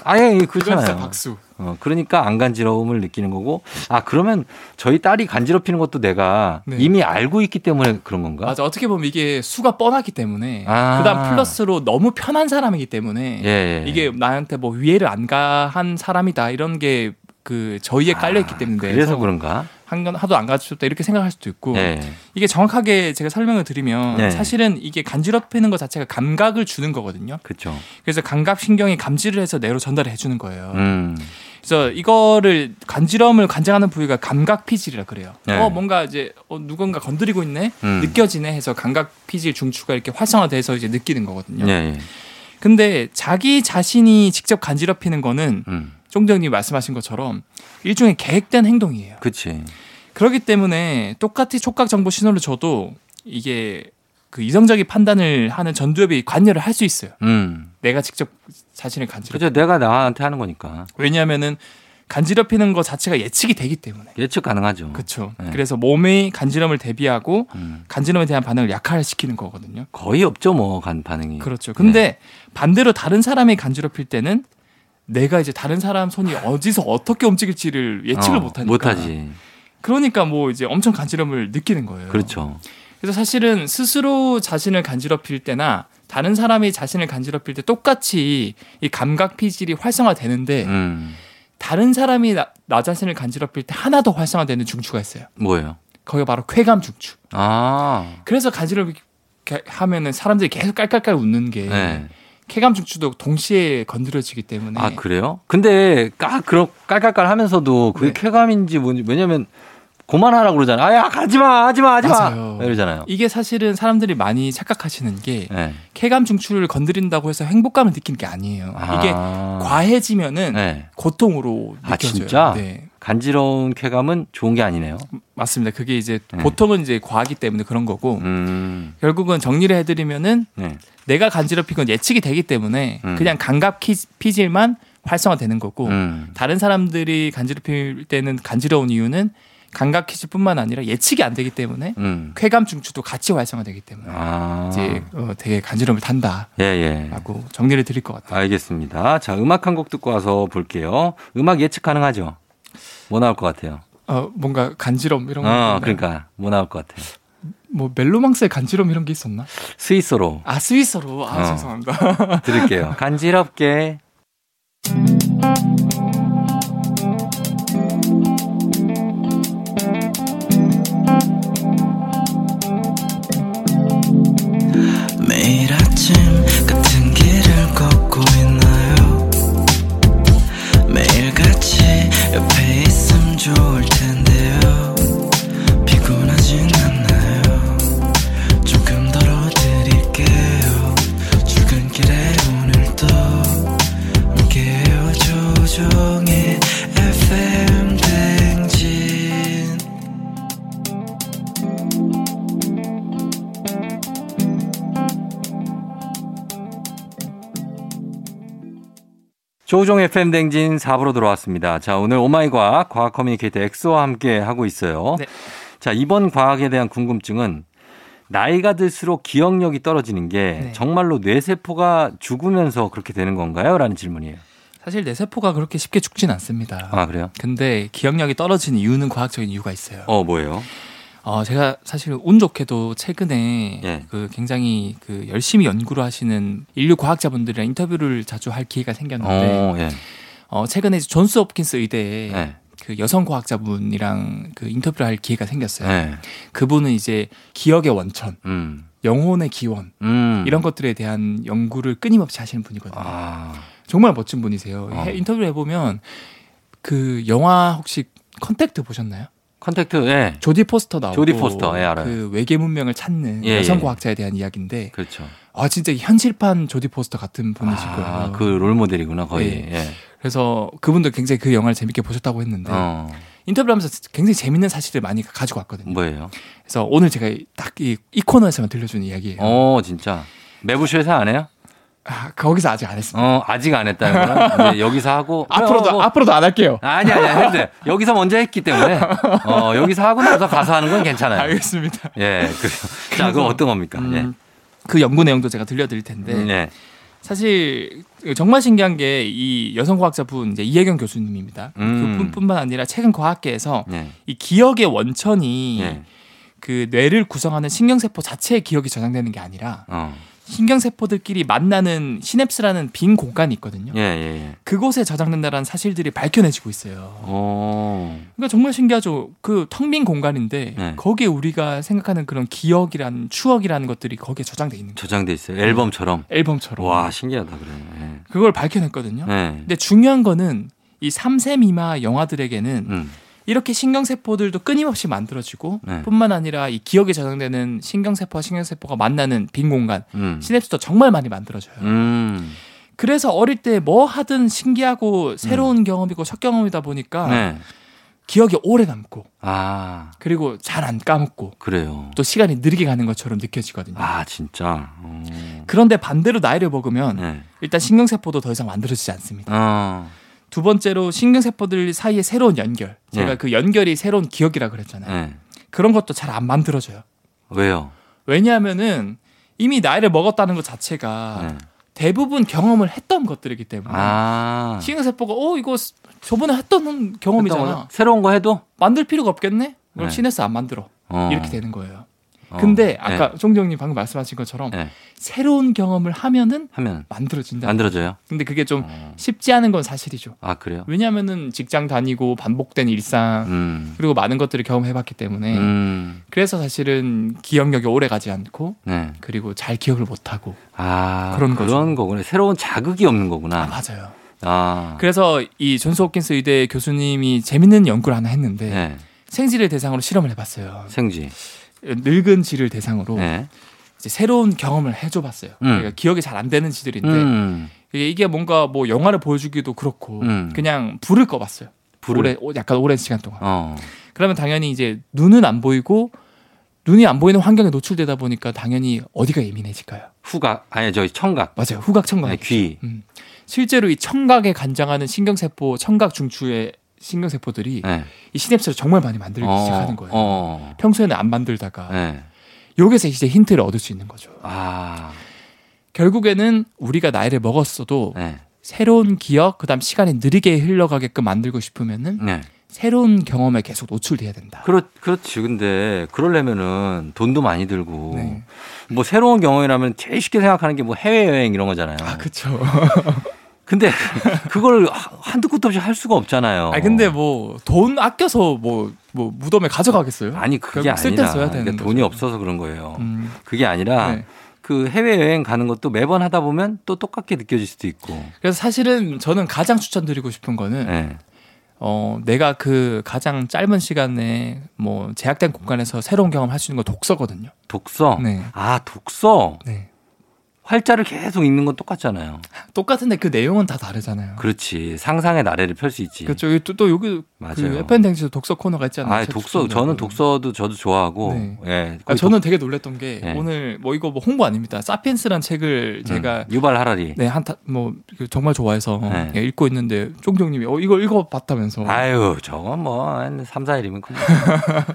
[SPEAKER 1] 아예
[SPEAKER 2] 그건 진짜
[SPEAKER 1] 그렇잖아요.
[SPEAKER 2] 박수.
[SPEAKER 1] 어, 그러니까 안 간지러움을 느끼는 거고. 아, 그러면 저희 딸이 간지럽히는 것도 내가
[SPEAKER 2] 네.
[SPEAKER 1] 이미 알고 있기 때문에 그런 건가?
[SPEAKER 2] 맞아 어떻게 보면 이게 수가 뻔하기 때문에
[SPEAKER 1] 아.
[SPEAKER 2] 그다음 플러스로 너무 편한 사람이기 때문에
[SPEAKER 1] 예, 예.
[SPEAKER 2] 이게 나한테 뭐 위해를 안 가한 사람이다 이런 게 그 저희에 깔려 있기
[SPEAKER 1] 아,
[SPEAKER 2] 때문에
[SPEAKER 1] 그래서 그런가?
[SPEAKER 2] 한건 하도 안 가르쳤다 이렇게 생각할 수도 있고
[SPEAKER 1] 예.
[SPEAKER 2] 이게 정확하게 제가 설명을 드리면
[SPEAKER 1] 네.
[SPEAKER 2] 사실은 이게 간지럽히는 것 자체가 감각을 주는 거거든요.
[SPEAKER 1] 그렇죠.
[SPEAKER 2] 그래서 감각 신경이 감지를 해서 뇌로 전달을 해주는 거예요.
[SPEAKER 1] 음.
[SPEAKER 2] 그래서 이거를 간지러움을 관장하는 부위가 감각 피질이라 그래요.
[SPEAKER 1] 네.
[SPEAKER 2] 어 뭔가 이제 어, 누군가 건드리고 있네
[SPEAKER 1] 음.
[SPEAKER 2] 느껴지네 해서 감각 피질 중추가 이렇게 활성화돼서 이제 느끼는 거거든요.
[SPEAKER 1] 예, 예.
[SPEAKER 2] 근데 자기 자신이 직접 간지럽히는 거는
[SPEAKER 1] 음.
[SPEAKER 2] 총장님 말씀하신 것처럼 일종의 계획된 행동이에요.
[SPEAKER 1] 그렇지.
[SPEAKER 2] 그렇기 때문에 똑같이 촉각 정보 신호를 줘도 이게 그 이성적인 판단을 하는 전두엽이 관여를 할 수 있어요.
[SPEAKER 1] 음.
[SPEAKER 2] 내가 직접 자신을 간지럽.
[SPEAKER 1] 그죠. 내가 나한테 하는 거니까.
[SPEAKER 2] 왜냐하면은 간지럽히는 것 자체가 예측이 되기 때문에.
[SPEAKER 1] 예측 가능하죠.
[SPEAKER 2] 그렇죠.
[SPEAKER 1] 네.
[SPEAKER 2] 그래서 몸이 간지럼을 대비하고
[SPEAKER 1] 음.
[SPEAKER 2] 간지럼에 대한 반응을 약화시키는 거거든요.
[SPEAKER 1] 거의 없죠, 뭐, 간 반응이.
[SPEAKER 2] 그렇죠.
[SPEAKER 1] 네.
[SPEAKER 2] 근데 반대로 다른 사람이 간지럽힐 때는 내가 이제 다른 사람 손이 어디서 어떻게 움직일지를 예측을
[SPEAKER 1] 어,
[SPEAKER 2] 못하니까.
[SPEAKER 1] 못하지.
[SPEAKER 2] 그러니까 뭐 이제 엄청 간지럼을 느끼는 거예요.
[SPEAKER 1] 그렇죠.
[SPEAKER 2] 그래서 사실은 스스로 자신을 간지럽힐 때나 다른 사람이 자신을 간지럽힐 때 똑같이 이 감각 피질이 활성화되는데
[SPEAKER 1] 음.
[SPEAKER 2] 다른 사람이 나, 나 자신을 간지럽힐 때 하나 더 활성화되는 중추가 있어요.
[SPEAKER 1] 뭐예요?
[SPEAKER 2] 거기가 바로 쾌감 중추.
[SPEAKER 1] 아.
[SPEAKER 2] 그래서 간지럽게 하면은 사람들이 계속 깔깔깔 웃는 게
[SPEAKER 1] 네.
[SPEAKER 2] 쾌감 중추도 동시에 건드려지기 때문에
[SPEAKER 1] 아, 그래요? 근데 까 그런 깔깔깔 하면서도 그게
[SPEAKER 2] 네.
[SPEAKER 1] 쾌감인지 뭔지 왜냐면 그만하라고 그러잖아. 아야, 가지 마. 하지 마. 하지 마.
[SPEAKER 2] 맞아요.
[SPEAKER 1] 이러잖아요.
[SPEAKER 2] 이게 사실은 사람들이 많이 착각하시는 게
[SPEAKER 1] 네.
[SPEAKER 2] 쾌감 중추를 건드린다고 해서 행복감을 느끼는 게 아니에요. 이게
[SPEAKER 1] 아.
[SPEAKER 2] 과해지면은
[SPEAKER 1] 네.
[SPEAKER 2] 고통으로
[SPEAKER 1] 아,
[SPEAKER 2] 느껴져요.
[SPEAKER 1] 진짜?
[SPEAKER 2] 네.
[SPEAKER 1] 간지러운 쾌감은 좋은 게 아니네요.
[SPEAKER 2] 맞습니다. 그게 이제
[SPEAKER 1] 네.
[SPEAKER 2] 보통은 이제 과하기 때문에 그런 거고
[SPEAKER 1] 음.
[SPEAKER 2] 결국은 정리를 해드리면은
[SPEAKER 1] 네.
[SPEAKER 2] 내가 간지럽힌 건 예측이 되기 때문에
[SPEAKER 1] 음.
[SPEAKER 2] 그냥 감각 키- 피질만 활성화되는 거고
[SPEAKER 1] 음.
[SPEAKER 2] 다른 사람들이 간지럽힐 때는 간지러운 이유는 감각 피질뿐만 아니라 예측이 안 되기 때문에
[SPEAKER 1] 음.
[SPEAKER 2] 쾌감 중추도 같이 활성화되기 때문에
[SPEAKER 1] 아.
[SPEAKER 2] 이제 어, 되게 간지럼을 탄다라고
[SPEAKER 1] 예, 예.
[SPEAKER 2] 정리를 드릴 것 같아요.
[SPEAKER 1] 알겠습니다. 자, 음악 한 곡 듣고 와서 볼게요. 음악 예측 가능하죠? 뭐 나올 것 같아요?
[SPEAKER 2] 어, 뭔가 간지럼 이런 거
[SPEAKER 1] 어,
[SPEAKER 2] 있나요?
[SPEAKER 1] 그러니까 뭐 나올 것 같아요?
[SPEAKER 2] 뭐 멜로망스의 간지럼 이런 게 있었나?
[SPEAKER 1] 스위스로
[SPEAKER 2] 아 스위스로 아
[SPEAKER 1] 어.
[SPEAKER 2] 죄송합니다.
[SPEAKER 1] 들을게요. 간지럽게.
[SPEAKER 3] 매일 아침 같은 길을 걷고 있나요 매일 같이 옆에 있음 좋을 텐데요 피곤하진 않나요 조금 덜어드릴게요 출근길에 오늘도 함께해요 조종의 FM 댕진
[SPEAKER 1] 조종 FM 댕진 4부로 들어왔습니다. 자, 오늘 오마이과학 과학 커뮤니케이터 엑소와 함께 하고 있어요.
[SPEAKER 2] 네.
[SPEAKER 1] 자, 이번 과학에 대한 궁금증은 나이가 들수록 기억력이 떨어지는 게
[SPEAKER 2] 네.
[SPEAKER 1] 정말로 뇌세포가 죽으면서 그렇게 되는 건가요? 라는 질문이에요.
[SPEAKER 2] 사실 내 세포가 그렇게 쉽게 죽진 않습니다.
[SPEAKER 1] 아, 그래요?
[SPEAKER 2] 근데 기억력이 떨어진 이유는 과학적인 이유가 있어요.
[SPEAKER 1] 어, 뭐예요?
[SPEAKER 2] 어, 제가 사실 운 좋게도 최근에
[SPEAKER 1] 예.
[SPEAKER 2] 그 굉장히 그 열심히 연구를 하시는 인류 과학자분들이랑 인터뷰를 자주 할 기회가 생겼는데
[SPEAKER 1] 어, 예.
[SPEAKER 2] 어, 최근에 이제 존스 홉킨스 의대에
[SPEAKER 1] 예.
[SPEAKER 2] 그 여성 과학자분이랑 그 인터뷰를 할 기회가 생겼어요.
[SPEAKER 1] 예.
[SPEAKER 2] 그분은 이제 기억의 원천,
[SPEAKER 1] 음.
[SPEAKER 2] 영혼의 기원
[SPEAKER 1] 음.
[SPEAKER 2] 이런 것들에 대한 연구를 끊임없이 하시는 분이거든요.
[SPEAKER 1] 아.
[SPEAKER 2] 정말 멋진 분이세요.
[SPEAKER 1] 어.
[SPEAKER 2] 해- 인터뷰를 해보면 그 영화 혹시 컨택트 보셨나요?
[SPEAKER 1] 컨택트, 예.
[SPEAKER 2] 조디 포스터 나오고
[SPEAKER 1] 조디 포스터, 예, 알아요.
[SPEAKER 2] 그 외계 문명을 찾는
[SPEAKER 1] 예,
[SPEAKER 2] 여성
[SPEAKER 1] 예.
[SPEAKER 2] 과학자에 대한 이야기인데
[SPEAKER 1] 그렇죠.
[SPEAKER 2] 아 진짜 현실판 조디 포스터 같은 분이실
[SPEAKER 1] 아,
[SPEAKER 2] 거예요.
[SPEAKER 1] 그 롤모델이구나, 거의.
[SPEAKER 2] 예.
[SPEAKER 1] 예.
[SPEAKER 2] 그래서 그분도 굉장히 그 영화를 재밌게 보셨다고 했는데
[SPEAKER 1] 어,
[SPEAKER 2] 인터뷰하면서 굉장히 재밌는 사실을 많이 가지고 왔거든요.
[SPEAKER 1] 뭐예요?
[SPEAKER 2] 그래서 오늘 제가 딱 이 코너에서만 들려주는 이야기예요.
[SPEAKER 1] 어, 진짜. 매부쇼에서 안 해요?
[SPEAKER 2] 아, 거기서 아직 안 했습니다.
[SPEAKER 1] 어, 아직 안 했다는 거는 이제 여기서 하고
[SPEAKER 2] 앞으로도
[SPEAKER 1] 그래, 뭐,
[SPEAKER 2] 앞으로도 안 할게요.
[SPEAKER 1] 아니 아니 아니, 해도 돼요. 여기서 먼저 했기 때문에 어, 여기서 하고 나서 가서 하는 건 괜찮아요.
[SPEAKER 2] 알겠습니다.
[SPEAKER 1] 예, 그래요. 자, 그럼 어떤 겁니까?
[SPEAKER 2] 음, 네. 그 연구 내용도 제가 들려드릴 텐데
[SPEAKER 1] 예. 예.
[SPEAKER 2] 사실 그 정말 신기한 게 이 여성 과학자분 이제 이혜경 교수님입니다.
[SPEAKER 1] 음.
[SPEAKER 2] 그분뿐만 아니라 최근 과학계에서
[SPEAKER 1] 예.
[SPEAKER 2] 이 기억의 원천이
[SPEAKER 1] 예.
[SPEAKER 2] 그 뇌를 구성하는 신경세포 자체의 기억이 저장되는 게 아니라
[SPEAKER 1] 어.
[SPEAKER 2] 신경세포들끼리 만나는 시냅스라는 빈 공간이 있거든요.
[SPEAKER 1] 예, 예, 예.
[SPEAKER 2] 그곳에 저장된다는 사실들이 밝혀내지고 있어요.
[SPEAKER 1] 어.
[SPEAKER 2] 그러니까 정말 신기하죠. 그 텅 빈 공간인데
[SPEAKER 1] 네.
[SPEAKER 2] 거기에 우리가 생각하는 그런 기억이란 추억이라는 것들이 거기에 저장돼 있는 거예요.
[SPEAKER 1] 저장돼 있어요. 앨범처럼.
[SPEAKER 2] 앨범처럼.
[SPEAKER 1] 와, 신기하다 그래.
[SPEAKER 2] 그걸 밝혀냈거든요.
[SPEAKER 1] 예. 예.
[SPEAKER 2] 근데 중요한 거는 이 3세 미마 영화들에게는
[SPEAKER 1] 음.
[SPEAKER 2] 이렇게 신경세포들도 끊임없이 만들어지고
[SPEAKER 1] 네.
[SPEAKER 2] 뿐만 아니라 이 기억에 저장되는 신경세포와 신경세포가 만나는 빈 공간
[SPEAKER 1] 음.
[SPEAKER 2] 시냅스도 정말 많이 만들어져요.
[SPEAKER 1] 음.
[SPEAKER 2] 그래서 어릴 때 뭐 하든 신기하고 새로운 경험이고 첫 경험이다 보니까
[SPEAKER 1] 음. 네.
[SPEAKER 2] 기억이 오래 남고
[SPEAKER 1] 아,
[SPEAKER 2] 그리고 잘 안 까먹고
[SPEAKER 1] 그래요.
[SPEAKER 2] 또 시간이 느리게 가는 것처럼 느껴지거든요.
[SPEAKER 1] 아, 진짜. 어.
[SPEAKER 2] 그런데 반대로 나이를 먹으면
[SPEAKER 1] 네.
[SPEAKER 2] 일단 신경세포도 더 이상 만들어지지 않습니다.
[SPEAKER 1] 어.
[SPEAKER 2] 두 번째로 신경세포들 사이의 새로운 연결. 제가
[SPEAKER 1] 네.
[SPEAKER 2] 그 연결이 새로운 기억이라 그랬잖아요.
[SPEAKER 1] 예.
[SPEAKER 2] 그런 것도 잘 안 만들어져요.
[SPEAKER 1] 왜요?
[SPEAKER 2] 왜냐하면은 이미 나이를 먹었다는 것 자체가
[SPEAKER 1] 예.
[SPEAKER 2] 대부분 경험을 했던 것들이기 때문에
[SPEAKER 1] 아.
[SPEAKER 2] 신경세포가 어 이거 스- 저번에 했던 경험이잖아.
[SPEAKER 1] 했던 거죠? 새로운 거 해도
[SPEAKER 2] 만들 필요가 없겠네. 그럼
[SPEAKER 1] 네.
[SPEAKER 2] 시내서 안 만들어.
[SPEAKER 1] 어.
[SPEAKER 2] 이렇게 되는 거예요.
[SPEAKER 1] 어.
[SPEAKER 2] 근데
[SPEAKER 1] 네.
[SPEAKER 2] 아까 종정님 방금 말씀하신 것처럼
[SPEAKER 1] 네.
[SPEAKER 2] 새로운 경험을 하면은
[SPEAKER 1] 하면
[SPEAKER 2] 만들어진다.
[SPEAKER 1] 만들어져요.
[SPEAKER 2] 근데 그게 네. 좀
[SPEAKER 1] 어.
[SPEAKER 2] 쉽지 않은 건 사실이죠.
[SPEAKER 1] 아 그래요.
[SPEAKER 2] 왜냐하면은 직장 다니고 반복된 일상
[SPEAKER 1] 음.
[SPEAKER 2] 그리고 많은 것들을 경험해봤기 때문에
[SPEAKER 1] 음.
[SPEAKER 2] 그래서 사실은 기억력이 오래 가지 않고
[SPEAKER 1] 네.
[SPEAKER 2] 그리고 잘 기억을 못하고
[SPEAKER 1] 아
[SPEAKER 2] 그런
[SPEAKER 1] 그런
[SPEAKER 2] 거죠.
[SPEAKER 1] 거구나. 새로운 자극이 없는
[SPEAKER 2] 아,
[SPEAKER 1] 거구나.
[SPEAKER 2] 맞아요.
[SPEAKER 1] 아.
[SPEAKER 2] 그래서 이 존스 홉킨스 의대 교수님이 재밌는 연구를 하나 했는데
[SPEAKER 1] 네.
[SPEAKER 2] 생쥐를 대상으로 실험을 해봤어요.
[SPEAKER 1] 생쥐.
[SPEAKER 2] 늙은 쥐를 대상으로
[SPEAKER 1] 네.
[SPEAKER 2] 이제 새로운 경험을 해줘봤어요. 그러니까 기억이 잘 안 되는 쥐들인데
[SPEAKER 1] 음.
[SPEAKER 2] 이게 이게 뭔가 뭐 영화를 보여주기도 그렇고
[SPEAKER 1] 음.
[SPEAKER 2] 그냥 불을 꺼봤어요.
[SPEAKER 1] 불을.
[SPEAKER 2] 오래- 오- 약간 오랜 시간 동안.
[SPEAKER 1] 어.
[SPEAKER 2] 그러면 당연히 이제 눈은 안 보이고 눈이 안 보이는 환경에 노출되다 보니까 당연히 어디가 예민해질까요?
[SPEAKER 1] 후각. 아니 저 청각.
[SPEAKER 2] 맞아요. 후각 청각.
[SPEAKER 1] 네, 귀.
[SPEAKER 2] 음. 실제로 이 청각에 간장하는 신경세포, 청각 중추의 신경세포들이
[SPEAKER 1] 네.
[SPEAKER 2] 이 시냅스를 정말 많이 만들기 시작하는 거예요.
[SPEAKER 1] 어.
[SPEAKER 2] 평소에는 안 만들다가
[SPEAKER 1] 네.
[SPEAKER 2] 여기서 이제 힌트를 얻을 수 있는 거죠.
[SPEAKER 1] 아.
[SPEAKER 2] 결국에는 우리가 나이를 먹었어도
[SPEAKER 1] 네.
[SPEAKER 2] 새로운 기억, 그다음 시간이 느리게 흘러가게끔 만들고 싶으면은
[SPEAKER 1] 네.
[SPEAKER 2] 새로운 경험에 계속 노출돼야 된다.
[SPEAKER 1] 그렇, 그렇지. 근데 그러려면은 돈도 많이 들고
[SPEAKER 2] 네.
[SPEAKER 1] 뭐 새로운 경험이라면 제일 쉽게 생각하는 게 뭐 해외여행 이런 거잖아요.
[SPEAKER 2] 아, 그쵸.
[SPEAKER 1] 근데 그걸 하- 한두 끝도 없이 할 수가 없잖아요.
[SPEAKER 2] 아, 근데 뭐 돈 아껴서 뭐, 뭐 무덤에 가져가겠어요?
[SPEAKER 1] 아니, 그게
[SPEAKER 2] 결국 쓸때
[SPEAKER 1] 아니라
[SPEAKER 2] 써야 되는
[SPEAKER 1] 그러니까 돈이
[SPEAKER 2] 거죠.
[SPEAKER 1] 없어서 그런 거예요.
[SPEAKER 2] 음,
[SPEAKER 1] 그게 아니라
[SPEAKER 2] 네.
[SPEAKER 1] 그 해외여행 가는 것도 매번 하다 보면 또 똑같게 느껴질 수도 있고.
[SPEAKER 2] 그래서 사실은 저는 가장 추천드리고 싶은 거는
[SPEAKER 1] 예.
[SPEAKER 2] 어, 내가 그 가장 짧은 시간에 뭐 제약된 공간에서 새로운 경험 할 수 있는 건 독서거든요.
[SPEAKER 1] 독서.
[SPEAKER 2] 네.
[SPEAKER 1] 아, 독서.
[SPEAKER 2] 네.
[SPEAKER 1] 활자를 계속 읽는 건 똑같잖아요.
[SPEAKER 2] 똑같은데 그 내용은 다 다르잖아요.
[SPEAKER 1] 그렇지. 상상의 나래를 펼 수 있지.
[SPEAKER 2] 그쪽에 또, 또 여기 그
[SPEAKER 1] 맞아요.
[SPEAKER 2] FN 댕지도 독서 코너가 있잖아요.
[SPEAKER 1] 아,
[SPEAKER 2] 책
[SPEAKER 1] 독서
[SPEAKER 2] 추천도.
[SPEAKER 1] 저는 독서도 저도 좋아하고
[SPEAKER 2] 네.
[SPEAKER 1] 예.
[SPEAKER 2] 아, 저는 되게 놀랬던 게
[SPEAKER 1] 네.
[SPEAKER 2] 오늘 뭐 이거 뭐 홍보 아닙니다. 사피엔스란 책을
[SPEAKER 1] 음,
[SPEAKER 2] 제가
[SPEAKER 1] 유발 하라리.
[SPEAKER 2] 네, 한타 뭐 정말 좋아해서
[SPEAKER 1] 네.
[SPEAKER 2] 예, 읽고 있는데 종종 님이 어 이거 읽어 봤다면서.
[SPEAKER 1] 아유, 저건 뭐한 3, 4일이면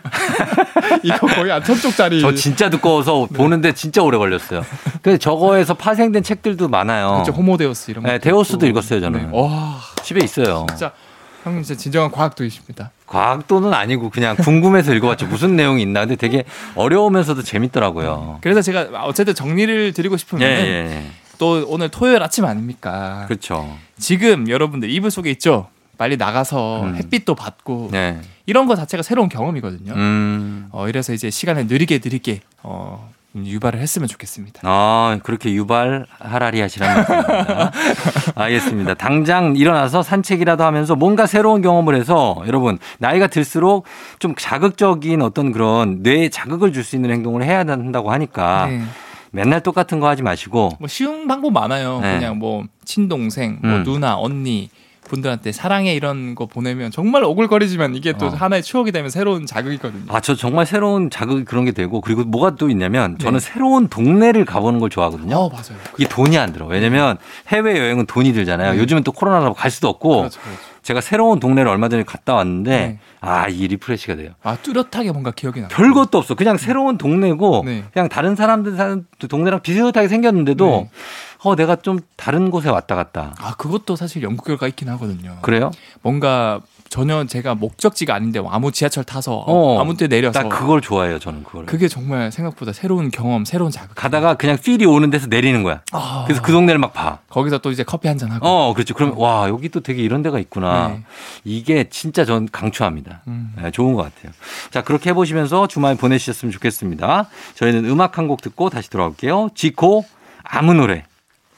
[SPEAKER 2] 이거 거의 안 천쪽짜리.
[SPEAKER 1] 저 진짜 두꺼워서
[SPEAKER 2] 네.
[SPEAKER 1] 보는데 진짜 오래 걸렸어요. 근데 저거에서 파생된 책들도 많아요.
[SPEAKER 2] 그쵸, 호모데우스 이런 거.
[SPEAKER 1] 네, 데오스도 읽었어요, 저는.
[SPEAKER 2] 와,
[SPEAKER 1] 집에 있어요.
[SPEAKER 2] 진짜 형님 진짜 진정한 과학도이십니다.
[SPEAKER 1] 과학도는 아니고 그냥 궁금해서 읽어봤죠. 무슨 내용이 있나. 근데 되게 어려우면서도 재밌더라고요.
[SPEAKER 2] 그래서 제가 어쨌든 정리를 드리고 싶으면
[SPEAKER 1] 예,
[SPEAKER 2] 은
[SPEAKER 1] 예, 예.
[SPEAKER 2] 또 오늘 토요일 아침 아닙니까?
[SPEAKER 1] 그렇죠.
[SPEAKER 2] 지금 여러분들 이불 속에 있죠. 빨리 나가서
[SPEAKER 1] 음.
[SPEAKER 2] 햇빛도 받고
[SPEAKER 1] 네.
[SPEAKER 2] 이런 거 자체가 새로운 경험이거든요.
[SPEAKER 1] 음.
[SPEAKER 2] 어, 이래서 이제 시간을 느리게 느리게 어, 유발을 했으면 좋겠습니다.
[SPEAKER 1] 아, 그렇게 유발 하라리 하시라는 말씀입니다. 알겠습니다. 당장 일어나서 산책이라도 하면서 뭔가 새로운 경험을 해서 여러분, 나이가 들수록 좀 자극적인 어떤 그런 뇌에 자극을 줄 수 있는 행동을 해야 한다고 하니까
[SPEAKER 2] 네.
[SPEAKER 1] 맨날 똑같은 거 하지 마시고
[SPEAKER 2] 뭐 쉬운 방법 많아요.
[SPEAKER 1] 네.
[SPEAKER 2] 그냥 뭐 친동생, 뭐
[SPEAKER 1] 음.
[SPEAKER 2] 누나, 언니 분들한테 사랑해 이런 거 보내면 정말 오글거리지만 이게 또
[SPEAKER 1] 어.
[SPEAKER 2] 하나의 추억이 되면 새로운 자극이거든요.
[SPEAKER 1] 아, 저 정말 새로운 자극이 그런 게 되고 그리고 뭐가 또 있냐면
[SPEAKER 2] 네.
[SPEAKER 1] 저는 새로운 동네를 가보는 걸 좋아하거든요.
[SPEAKER 2] 어, 맞아요.
[SPEAKER 1] 이게 돈이 안 들어. 왜냐면 해외 여행은 돈이 들잖아요.
[SPEAKER 2] 네.
[SPEAKER 1] 요즘은 또 코로나라고 갈 수도 없고
[SPEAKER 2] 그렇죠, 그렇죠.
[SPEAKER 1] 제가 새로운 동네를 얼마 전에 갔다 왔는데
[SPEAKER 2] 네.
[SPEAKER 1] 아, 이 리프레시가 돼요.
[SPEAKER 2] 아 뚜렷하게 뭔가 기억이 나.
[SPEAKER 1] 별것도 없어. 그냥 새로운 동네고
[SPEAKER 2] 네.
[SPEAKER 1] 그냥 다른 사람들 사는 동네랑 비슷하게 생겼는데도
[SPEAKER 2] 네.
[SPEAKER 1] 어, 내가 좀 다른 곳에 왔다 갔다.
[SPEAKER 2] 아 그것도 사실 연구 결과 있긴 하거든요.
[SPEAKER 1] 그래요?
[SPEAKER 2] 뭔가 전혀 제가 목적지가 아닌데 아무 지하철 타서
[SPEAKER 1] 어,
[SPEAKER 2] 아무 때 내려서
[SPEAKER 1] 나 그걸 좋아해요. 저는 그걸.
[SPEAKER 2] 그게 정말 생각보다 새로운 경험, 새로운 자극.
[SPEAKER 1] 가다가 그냥 필이 오는 데서 내리는 거야.
[SPEAKER 2] 아,
[SPEAKER 1] 그래서 그 동네를 막 봐.
[SPEAKER 2] 거기서 또 이제 커피 한 잔 하고.
[SPEAKER 1] 어, 그렇죠. 그럼 와 여기 또 되게 이런 데가 있구나.
[SPEAKER 2] 네.
[SPEAKER 1] 이게 진짜 전 강추합니다.
[SPEAKER 2] 음.
[SPEAKER 1] 네, 좋은 것 같아요. 자 그렇게 해보시면서 주말 보내셨으면 좋겠습니다. 저희는 음악 한 곡 듣고 다시 돌아올게요. 지코 아무 노래.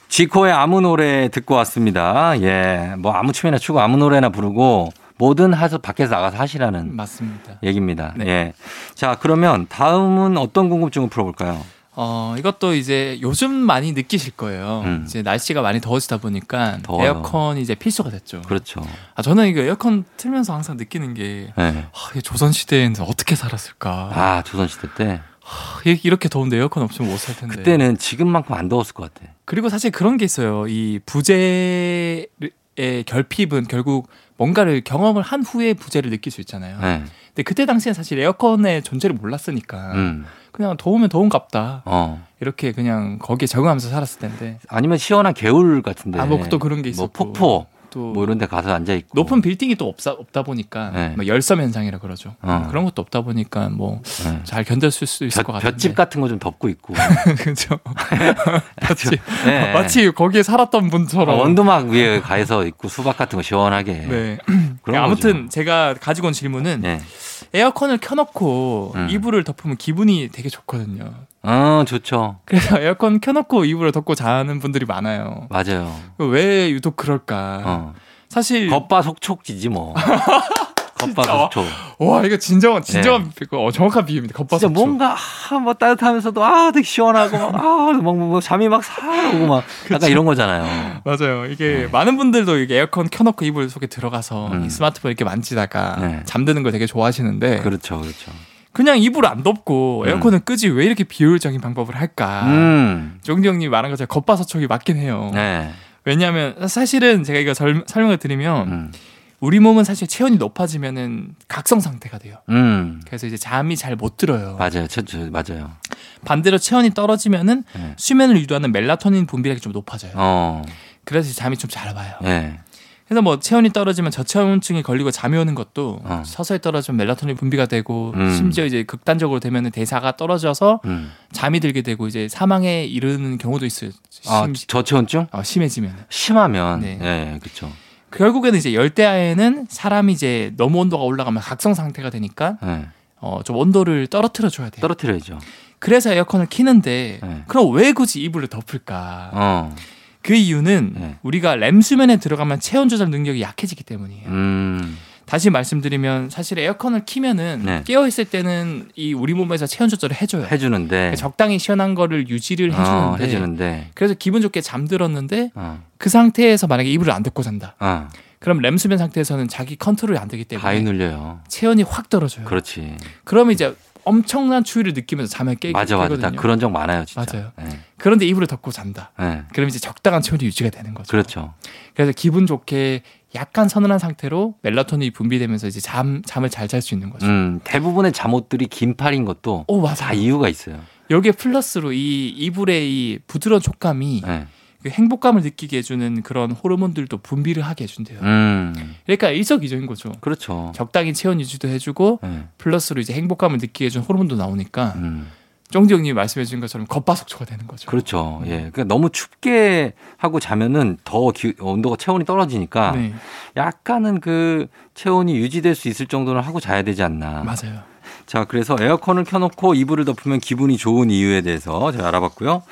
[SPEAKER 1] 지코의 아무 노래 듣고 왔습니다. 예, 뭐 아무 춤이나 추고 아무 노래나 부르고 뭐든 하서 밖에서 나가서 하시라는
[SPEAKER 2] 맞습니다.
[SPEAKER 1] 얘기입니다.
[SPEAKER 2] 음. 네.
[SPEAKER 1] 예. 자 그러면 다음은 어떤 궁금증을 풀어볼까요?
[SPEAKER 2] 어 이것도 이제 요즘 많이 느끼실 거예요.
[SPEAKER 1] 음.
[SPEAKER 2] 이제 날씨가 많이 더워지다 보니까
[SPEAKER 1] 더워요.
[SPEAKER 2] 에어컨이 이제 필수가 됐죠.
[SPEAKER 1] 그렇죠.
[SPEAKER 2] 아 저는 이거 에어컨 틀면서 항상 느끼는 게
[SPEAKER 1] 예.
[SPEAKER 2] 아, 이게 조선 시대에는 어떻게 살았을까?
[SPEAKER 1] 아 조선시대 때
[SPEAKER 2] 아, 이렇게 더운데 에어컨 없으면 못 살 텐데.
[SPEAKER 1] 그때는 지금만큼 안 더웠을 것 같아.
[SPEAKER 2] 그리고 사실 그런 게 있어요. 이 부재의 결핍은 결국 뭔가를 경험을 한 후에 부재를 느낄 수 있잖아요.
[SPEAKER 1] 예.
[SPEAKER 2] 근데 그때 당시엔 사실 에어컨의 존재를 몰랐으니까
[SPEAKER 1] 음.
[SPEAKER 2] 그냥 더우면 더운갑다
[SPEAKER 1] 어.
[SPEAKER 2] 이렇게 그냥 거기에 적응하면서 살았을 텐데
[SPEAKER 1] 아니면 시원한 개울 같은데.
[SPEAKER 2] 아, 뭐또 그런
[SPEAKER 1] 뭐
[SPEAKER 2] 게 있었고
[SPEAKER 1] 폭포
[SPEAKER 2] 또
[SPEAKER 1] 뭐 이런 데 가서 앉아 있고.
[SPEAKER 2] 높은 빌딩이 또 없다, 없다 보니까
[SPEAKER 1] 네.
[SPEAKER 2] 뭐 열섬 현상이라 그러죠.
[SPEAKER 1] 어.
[SPEAKER 2] 그런 것도 없다 보니까 뭐 잘
[SPEAKER 1] 예.
[SPEAKER 2] 견뎠을 수 있을 것
[SPEAKER 1] 볏-
[SPEAKER 2] 같은데.
[SPEAKER 1] 볏집 같은 거 좀 덮고 있고.
[SPEAKER 2] 그죠. 마치
[SPEAKER 1] 예.
[SPEAKER 2] 마치 거기에 살았던 분처럼.
[SPEAKER 1] 아, 어, 원두막 위에 가서 있고 수박 같은 거 시원하게.
[SPEAKER 2] 네.
[SPEAKER 1] 그런 뭐.
[SPEAKER 2] 아무튼
[SPEAKER 1] 거죠.
[SPEAKER 2] 제가 가지고 온 질문은
[SPEAKER 1] 예.
[SPEAKER 2] 에어컨을 켜놓고
[SPEAKER 1] 음.
[SPEAKER 2] 이불을 덮으면 기분이 되게 좋거든요.
[SPEAKER 1] 어, 좋죠.
[SPEAKER 2] 그래서 에어컨 켜놓고 이불을 덮고 자는 분들이 많아요.
[SPEAKER 1] 맞아요.
[SPEAKER 2] 왜 유독 그럴까?
[SPEAKER 1] 어.
[SPEAKER 2] 사실
[SPEAKER 1] 겉바 속촉지지 뭐. 겉바
[SPEAKER 2] 네. 진짜.
[SPEAKER 1] 속촉.
[SPEAKER 2] 와 이거 진정한 진정한 비- 어, 정확한
[SPEAKER 1] 네. 진짜
[SPEAKER 2] 비유입니다. 겉바속촉.
[SPEAKER 1] 뭔가 아, 뭐 따뜻하면서도 아 되게 시원하고 막아막 뭐, 뭐 잠이 막살 오고 막 약간 이런 거잖아요.
[SPEAKER 2] 맞아요. 이게 많은 분들도 이게 에어컨 켜놓고 이불 속에 들어가서
[SPEAKER 1] 네. 음.
[SPEAKER 2] 이 스마트폰 이렇게 만지다가
[SPEAKER 1] 네.
[SPEAKER 2] 잠드는 걸 되게 좋아하시는데
[SPEAKER 1] 그렇죠, 그렇죠.
[SPEAKER 2] 그냥 이불 안 덮고
[SPEAKER 1] 음.
[SPEAKER 2] 에어컨을 끄지 왜 이렇게 비효율적인 방법을 할까?
[SPEAKER 1] 음,
[SPEAKER 2] 종디 형님 말한 것처럼 겉바속촉이 맞긴 해요.
[SPEAKER 1] 네.
[SPEAKER 2] 왜냐하면 사실은 제가 이거 절- 설명을 드리면
[SPEAKER 1] 음.
[SPEAKER 2] 우리 몸은 사실 체온이 높아지면은 각성 상태가 돼요.
[SPEAKER 1] 음.
[SPEAKER 2] 그래서 이제 잠이 잘 못 들어요.
[SPEAKER 1] 맞아요. 저, 저, 맞아요.
[SPEAKER 2] 반대로 체온이 떨어지면은
[SPEAKER 1] 네.
[SPEAKER 2] 수면을 유도하는 멜라토닌 분비량이 좀 높아져요.
[SPEAKER 1] 어,
[SPEAKER 2] 그래서 이제 잠이 좀 잘 와요.
[SPEAKER 1] 예.
[SPEAKER 2] 그래서 뭐 체온이 떨어지면 저체온증이 걸리고 잠이 오는 것도
[SPEAKER 1] 어.
[SPEAKER 2] 서서히 떨어지면 멜라토닌 분비가 되고
[SPEAKER 1] 음.
[SPEAKER 2] 심지어 이제 극단적으로 되면 대사가 떨어져서
[SPEAKER 1] 음.
[SPEAKER 2] 잠이 들게 되고 이제 사망에 이르는 경우도 있어요. 심,
[SPEAKER 1] 아, 저체온증?
[SPEAKER 2] 어, 심해지면
[SPEAKER 1] 심하면.
[SPEAKER 2] 네.
[SPEAKER 1] 예, 그렇죠.
[SPEAKER 2] 결국에는 이제 열대야에는 사람이 이제 너무 온도가 올라가면 각성 상태가 되니까
[SPEAKER 1] 예.
[SPEAKER 2] 어, 좀 온도를 떨어뜨려 줘야 돼요.
[SPEAKER 1] 떨어뜨려야죠.
[SPEAKER 2] 그래서 에어컨을 키는데
[SPEAKER 1] 네.
[SPEAKER 2] 그럼 왜 굳이 이불을 덮을까?
[SPEAKER 1] 어.
[SPEAKER 2] 그 이유는
[SPEAKER 1] 네.
[SPEAKER 2] 우리가 램 수면에 들어가면 체온 조절 능력이 약해지기 때문이에요.
[SPEAKER 1] 음.
[SPEAKER 2] 다시 말씀드리면 사실 에어컨을 키면은
[SPEAKER 1] 네.
[SPEAKER 2] 깨어 있을 때는 이 우리 몸에서 체온 조절을 해줘요.
[SPEAKER 1] 해 주는데.
[SPEAKER 2] 적당히 시원한 거를 유지를
[SPEAKER 1] 어,
[SPEAKER 2] 그 해주는데
[SPEAKER 1] 해 주는데.
[SPEAKER 2] 그래서 기분 좋게 잠들었는데
[SPEAKER 1] 어.
[SPEAKER 2] 그 상태에서 만약에 이불을 안 덮고 잔다.
[SPEAKER 1] 어.
[SPEAKER 2] 그럼 램 수면 상태에서는 자기 컨트롤이 안 되기 때문에
[SPEAKER 1] 가위 눌려요.
[SPEAKER 2] 체온이 확 떨어져요.
[SPEAKER 1] 그렇지.
[SPEAKER 2] 그럼 이제 엄청난 추위를 느끼면서 잠에 깨게
[SPEAKER 1] 맞아 맞아. 나
[SPEAKER 2] 되거든요.
[SPEAKER 1] 그런 적 많아요, 진짜.
[SPEAKER 2] 맞아요.
[SPEAKER 1] 맞아요. 예.
[SPEAKER 2] 그런데 이불을 덮고 잔다.
[SPEAKER 1] 예.
[SPEAKER 2] 그럼 이제 적당한 체온이 유지가 되는 거죠.
[SPEAKER 1] 그렇죠.
[SPEAKER 2] 래서 기분 좋게 약간 서늘한 상태로 멜라토닌이 분비되면서 이제 잠 잠을 잘 잘 수 있는 거죠.
[SPEAKER 1] 음, 대부분의 잠옷들이 긴팔인 것도
[SPEAKER 2] 오
[SPEAKER 1] 다
[SPEAKER 2] 맞아. 요
[SPEAKER 1] 이유가 있어요.
[SPEAKER 2] 여기에 플러스로 이 이불의 이 부드러운 촉감이
[SPEAKER 1] 예.
[SPEAKER 2] 그 행복감을 느끼게 해주는 그런 호르몬들도 분비를 하게 해준대요.
[SPEAKER 1] 음.
[SPEAKER 2] 그러니까 일석이조인 거죠.
[SPEAKER 1] 그렇죠.
[SPEAKER 2] 적당히 체온 유지도 해주고
[SPEAKER 1] 예.
[SPEAKER 2] 플러스로 이제 행복감을 느끼게 해준 호르몬도 나오니까
[SPEAKER 1] 음.
[SPEAKER 2] 쫑디 형님이 말씀해 주신 것처럼 겉바속촉가 되는 거죠.
[SPEAKER 1] 그렇죠. 예. 그러니까 너무 춥게 하고 자면은 더 기- 온도가 체온이 떨어지니까
[SPEAKER 2] 네,
[SPEAKER 1] 약간은 그 체온이 유지될 수 있을 정도는 하고 자야 되지 않나.
[SPEAKER 2] 맞아요.
[SPEAKER 1] 자, 그래서 에어컨을 켜놓고 이불을 덮으면 기분이 좋은 이유에 대해서 제가 알아봤고요.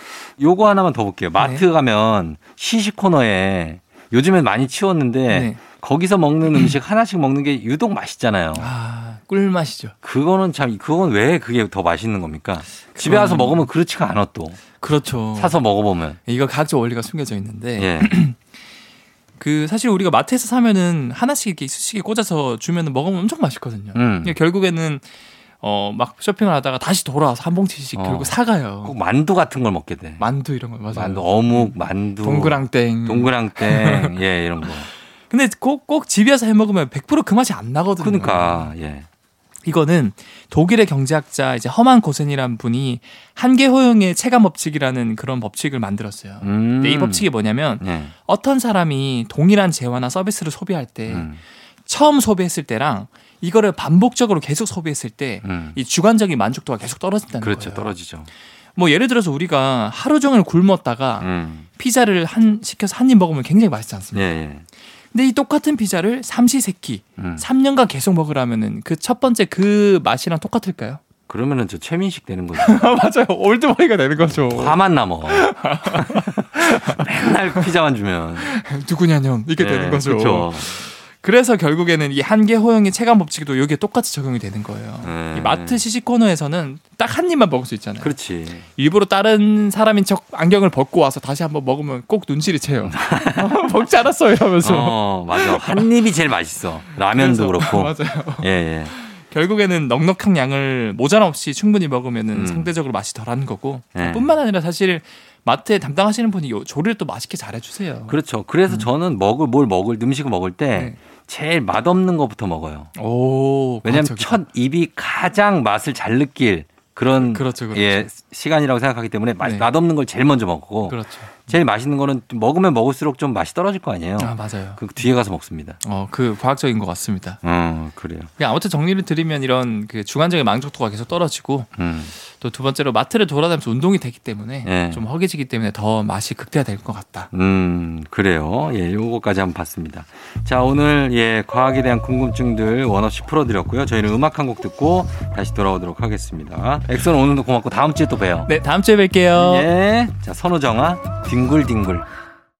[SPEAKER 1] 요거 하나만 더 볼게요. 마트 가면 시식 코너에 요즘엔 많이 치웠는데
[SPEAKER 2] 네.
[SPEAKER 1] 거기서 먹는 음식 하나씩 먹는 게 유독 맛있잖아요.
[SPEAKER 2] 아 꿀맛이죠.
[SPEAKER 1] 그거는 참 그건 왜 그게 더 맛있는 겁니까? 집에 와서
[SPEAKER 2] 그건-
[SPEAKER 1] 먹으면 그렇지가 않아 또
[SPEAKER 2] 그렇죠.
[SPEAKER 1] 사서 먹어보면
[SPEAKER 2] 이거 각자 원리가 숨겨져 있는데
[SPEAKER 1] 예
[SPEAKER 2] 그 사실 우리가 마트에서 사면은 하나씩 이렇게 수식에 꽂아서 주면은 먹으면 엄청 맛있거든요.
[SPEAKER 1] 음.
[SPEAKER 2] 그러니까 결국에는 어 막 쇼핑을 하다가 다시 돌아와서 한 봉지씩
[SPEAKER 1] 어.
[SPEAKER 2] 결국 사가요.
[SPEAKER 1] 꼭 만두 같은 걸 먹게 돼.
[SPEAKER 2] 만두 이런 거 맞아요. 음.
[SPEAKER 1] 만두, 어묵, 만두,
[SPEAKER 2] 동그랑땡.
[SPEAKER 1] 동그랑땡, 예 이런 거.
[SPEAKER 2] 근데 꼭, 꼭 집에서 해 먹으면 100%그 맛이 안 나거든요.
[SPEAKER 1] 그러니까 예,
[SPEAKER 2] 이거는 독일의 경제학자 이제 허만 고센이란 분이 한계 허용의 체감 법칙이라는 그런 법칙을 만들었어요.
[SPEAKER 1] 음.
[SPEAKER 2] 근데 이 법칙이 뭐냐면
[SPEAKER 1] 예,
[SPEAKER 2] 어떤 사람이 동일한 재화나 서비스를 소비할 때
[SPEAKER 1] 음,
[SPEAKER 2] 처음 소비했을 때랑 이거를 반복적으로 계속 소비했을 때 이
[SPEAKER 1] 음.
[SPEAKER 2] 주관적인 만족도가 계속 떨어진다는
[SPEAKER 1] 그렇죠,
[SPEAKER 2] 거예요.
[SPEAKER 1] 떨어지죠.
[SPEAKER 2] 뭐 예를 들어서 우리가 하루 종일 굶었다가
[SPEAKER 1] 음,
[SPEAKER 2] 피자를 한 시켜서 한 입 먹으면 굉장히 맛있지
[SPEAKER 1] 예,
[SPEAKER 2] 않습니까?
[SPEAKER 1] 예,
[SPEAKER 2] 근데 이 똑같은 피자를 삼시세끼
[SPEAKER 1] 음.
[SPEAKER 2] 3년간 계속 먹으라면은 그 첫 번째 그 맛이랑 똑같을까요?
[SPEAKER 1] 그러면은 저 최민식 되는 거죠.
[SPEAKER 2] 맞아요. 올드머니가 되는 거죠.
[SPEAKER 1] 화만 나 먹어. 맨날 피자만 주면
[SPEAKER 2] 아, 누구냐 형 이게 되는 거죠.
[SPEAKER 1] 그렇죠.
[SPEAKER 2] 래서 결국에는 이 한계 허용의 체감 법칙도 여기에 똑같이 적용이 되는 거예요.
[SPEAKER 1] 네.
[SPEAKER 2] 이 마트 시식 코너에서는 딱 한 입만 먹을 수 있잖아요.
[SPEAKER 1] 그렇지.
[SPEAKER 2] 일부러 다른 사람인 척 안경을 벗고 와서 다시 한번 먹으면 꼭 눈치를 채요. 어, 먹지 않았어요 이러면서.
[SPEAKER 1] 어, 맞아. 한 입이 제일 맛있어. 라면도
[SPEAKER 2] 그래서-
[SPEAKER 1] 그렇고.
[SPEAKER 2] 맞아요.
[SPEAKER 1] 예, 예.
[SPEAKER 2] 결국에는 넉넉한 양을 모자람 없이 충분히 먹으면은
[SPEAKER 1] 음.
[SPEAKER 2] 상대적으로 맛이 덜한 거고
[SPEAKER 1] 네.
[SPEAKER 2] 뿐만 아니라 사실 마트에 담당하시는 분이 요 조리를 또 맛있게 잘해주세요.
[SPEAKER 1] 그렇죠. 그래서 저는 먹을 뭘 먹을 음식을 먹을 때
[SPEAKER 2] 음. 네.
[SPEAKER 1] 제일 맛없는 것부터 먹어요.
[SPEAKER 2] 오,
[SPEAKER 1] 그
[SPEAKER 2] 그렇죠,
[SPEAKER 1] 왜냐하면
[SPEAKER 2] 과학적이다.
[SPEAKER 1] 첫 입이 가장 맛을 잘 느낄 그런
[SPEAKER 2] 그렇죠, 그렇죠.
[SPEAKER 1] 예 시간이라고 생각하기 때문에 맛,
[SPEAKER 2] 네.
[SPEAKER 1] 맛없는 걸 제일 먼저 먹고
[SPEAKER 2] 그렇죠.
[SPEAKER 1] 제일 맛있는 거는 좀 먹으면 먹을수록 좀 맛이 떨어질 거 아니에요.
[SPEAKER 2] 아 맞아요.
[SPEAKER 1] 그 뒤에 가서 먹습니다.
[SPEAKER 2] 어, 그 과학적인 것 같습니다.
[SPEAKER 1] 어 그래요.
[SPEAKER 2] 그냥 아무튼 정리를 드리면 이런 그 중간적인 만족도가 계속 떨어지고
[SPEAKER 1] 음.
[SPEAKER 2] 또 두 번째로 마트를 돌아다니면서 운동이 되기 때문에
[SPEAKER 1] 네.
[SPEAKER 2] 좀 허기지기 때문에 더 맛이 극대화될 것 같다.
[SPEAKER 1] 음, 그래요. 예, 요거까지 한번 봤습니다. 자, 오늘 예, 과학에 대한 궁금증들 원없이 풀어드렸고요. 저희는 음악 한 곡 듣고 다시 돌아오도록 하겠습니다. 엑소는 오늘도 고맙고 다음 주에 또 봬요.
[SPEAKER 2] 네 다음 주에 뵐게요.
[SPEAKER 1] 예. 자, 선우정아, 예. 뒹굴뒹굴.